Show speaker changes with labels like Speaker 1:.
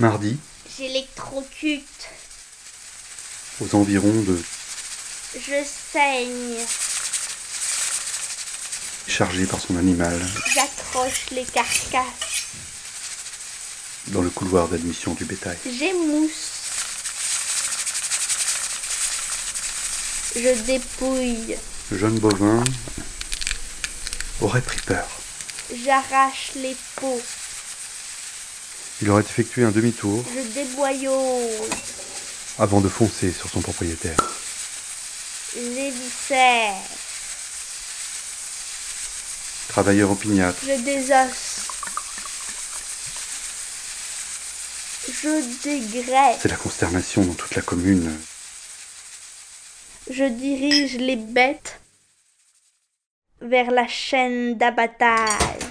Speaker 1: mardi,
Speaker 2: J'électrocute.
Speaker 1: aux environs de
Speaker 2: Je saigne.
Speaker 1: chargé par son animal
Speaker 2: J'accroche les carcasses.
Speaker 1: dans le couloir d'admission du bétail.
Speaker 2: J'émousse. Je dépouille.
Speaker 1: Le jeune bovin aurait pris peur.
Speaker 2: J'arrache les peaux.
Speaker 1: Il aurait effectué un demi-tour
Speaker 2: Je déboyaume.
Speaker 1: avant de foncer sur son propriétaire.
Speaker 2: J'éviscère.
Speaker 1: Travailleur opiniâtre,
Speaker 2: Je désosse. Je dégraisse.
Speaker 1: c'est la consternation dans toute la commune.
Speaker 2: Je dirige les bêtes vers la chaîne d'abattage.